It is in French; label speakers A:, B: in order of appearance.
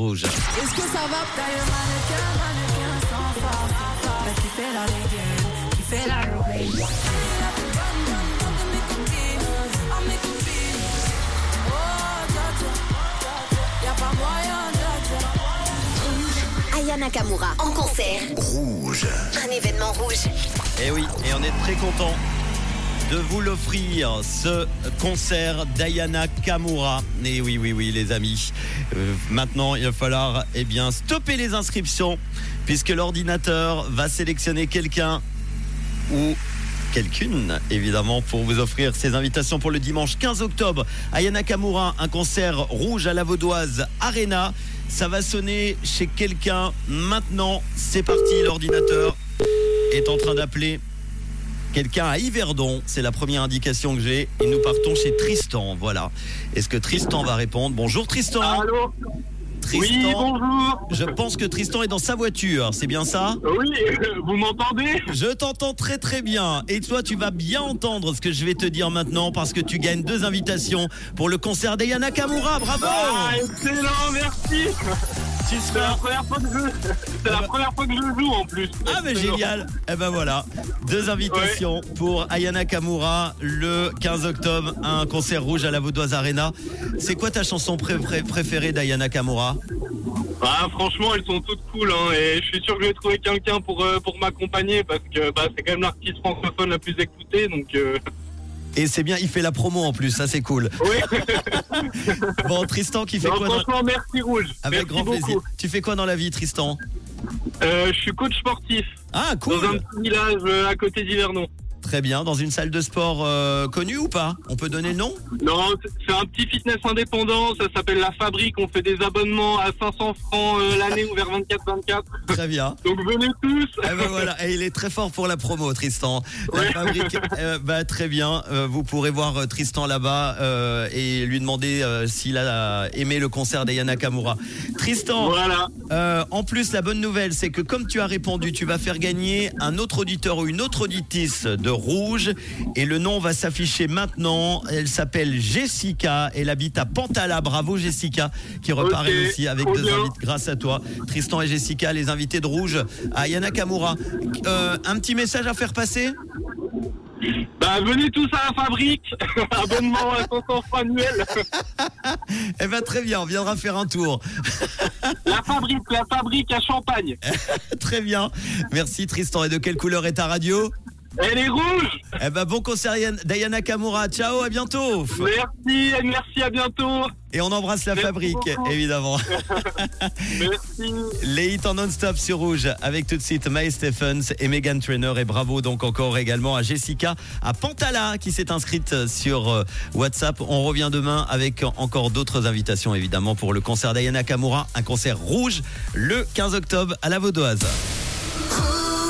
A: Rouge.
B: Est-ce que ça va T'as le mannequin, mannequin sans force. T'as kiffé la reggae, kiffé la reggae.
C: Aya Nakamura en concert.
D: Rouge.
C: Un événement rouge.
A: Et Eh oui, et on est très content de vous l'offrir, ce concert d'Ayana Kamura. Et oui, oui, oui, les amis. Euh, maintenant, il va falloir eh bien, stopper les inscriptions, puisque l'ordinateur va sélectionner quelqu'un ou quelqu'une, évidemment, pour vous offrir ces invitations pour le dimanche 15 octobre. Ayana Kamura, un concert rouge à la Vaudoise Arena. Ça va sonner chez quelqu'un maintenant. C'est parti, l'ordinateur est en train d'appeler quelqu'un à Yverdon. C'est la première indication que j'ai. Et nous partons chez Tristan. Voilà. Est-ce que Tristan va répondre Bonjour Tristan.
E: Allô Ah, Oui,
A: Tristan.
E: bonjour
A: je pense que Tristan est dans sa voiture. C'est bien ça
E: Oui, euh, vous m'entendez
A: Je t'entends très très bien et toi tu vas bien entendre ce que je vais te dire maintenant parce que tu gagnes deux invitations pour le concert d'Ayana Kamura, bravo
E: Ah, excellent, merci
A: Oh. Tu
E: C'est la
A: seras...
E: première fois que je... C'est la première fois que je joue en plus
A: Ah mais
E: Excellent.
A: génial Eh ben voilà, deux invitations pour Ayana Kamura le 15 octobre, un concert rouge à la Vaudoise Arena. C'est quoi ta chanson pré- pré- préférée d'Ayana Kamura
E: Ah, franchement, elles sont toutes cool, hein, et je suis sûr que je vais trouver quelqu'un pour, euh, pour m'accompagner, parce que bah, c'est quand même l'artiste francophone la plus écoutée, donc... euh,
A: Et c'est bien, il fait la promo en plus, ça c'est cool.
E: Oui,
A: Bon Tristan qui fait
E: Non,
A: quoi dans-
E: franchement, merci Rouge
A: Avec
E: Merci
A: grand
E: beaucoup.
A: plaisir. Tu fais quoi dans la vie Tristan
E: Euh, je suis coach sportif,
A: Ah cool
E: dans un petit village euh, à côté d'Hivernon.
A: Très bien, dans une salle de sport euh, connue ou pas On peut donner le nom
E: Non, c'est- c'est un petit fitness indépendant, ça s'appelle La Fabrique, on fait des abonnements à 500 francs euh, l'année ouvert 24-24.
A: Très bien.
E: Donc venez tous
A: Eh ben voilà, et il est très fort pour la promo, Tristan. La
E: Ouais.
A: fabrique, euh, bah, très bien. Euh, vous pourrez voir euh, Tristan là-bas euh, et lui demander euh, s'il a euh, aimé le concert d'Ayana Kamura. Tristan,
E: Voilà,
A: euh, en plus, la bonne nouvelle, c'est que comme tu as répondu, tu vas faire gagner un autre auditeur ou une autre auditrice de Rouge. Et le nom va s'afficher maintenant. Elle s'appelle Jessica. Elle habite à Pantala. Bravo, Jessica, qui repart
E: Ok,
A: elle aussi avec
E: trop
A: deux
E: bien.
A: invités grâce à toi. Tristan et Jessica, les invités de Rouge à Yana Kamura. Euh, un petit message à faire passer
E: bah venez tous à La Fabrique, abonnement à 500 francs annuel.
A: Eh bien, très bien, on viendra faire un tour.
E: La Fabrique, La Fabrique à Champagne.
A: très bien. Merci, Tristan. Et de quelle couleur est ta radio
E: Elle est rouge
A: Eh ben, bon concert, Yana Kamura. Ciao, à bientôt.
E: Merci, merci, à bientôt
A: Et on embrasse la
E: Merci
A: fabrique,
E: beaucoup.
A: évidemment.
E: Merci
A: Les hits en non-stop sur Rouge, avec tout de suite Mae Stephens et Megan Trainer. Et bravo donc encore également à Jessica, à Pantala, qui s'est inscrite sur euh, WhatsApp. On revient demain avec encore d'autres invitations, évidemment, pour le concert d'Ayana Kamura, un concert rouge le 15 octobre à la Vaudoise.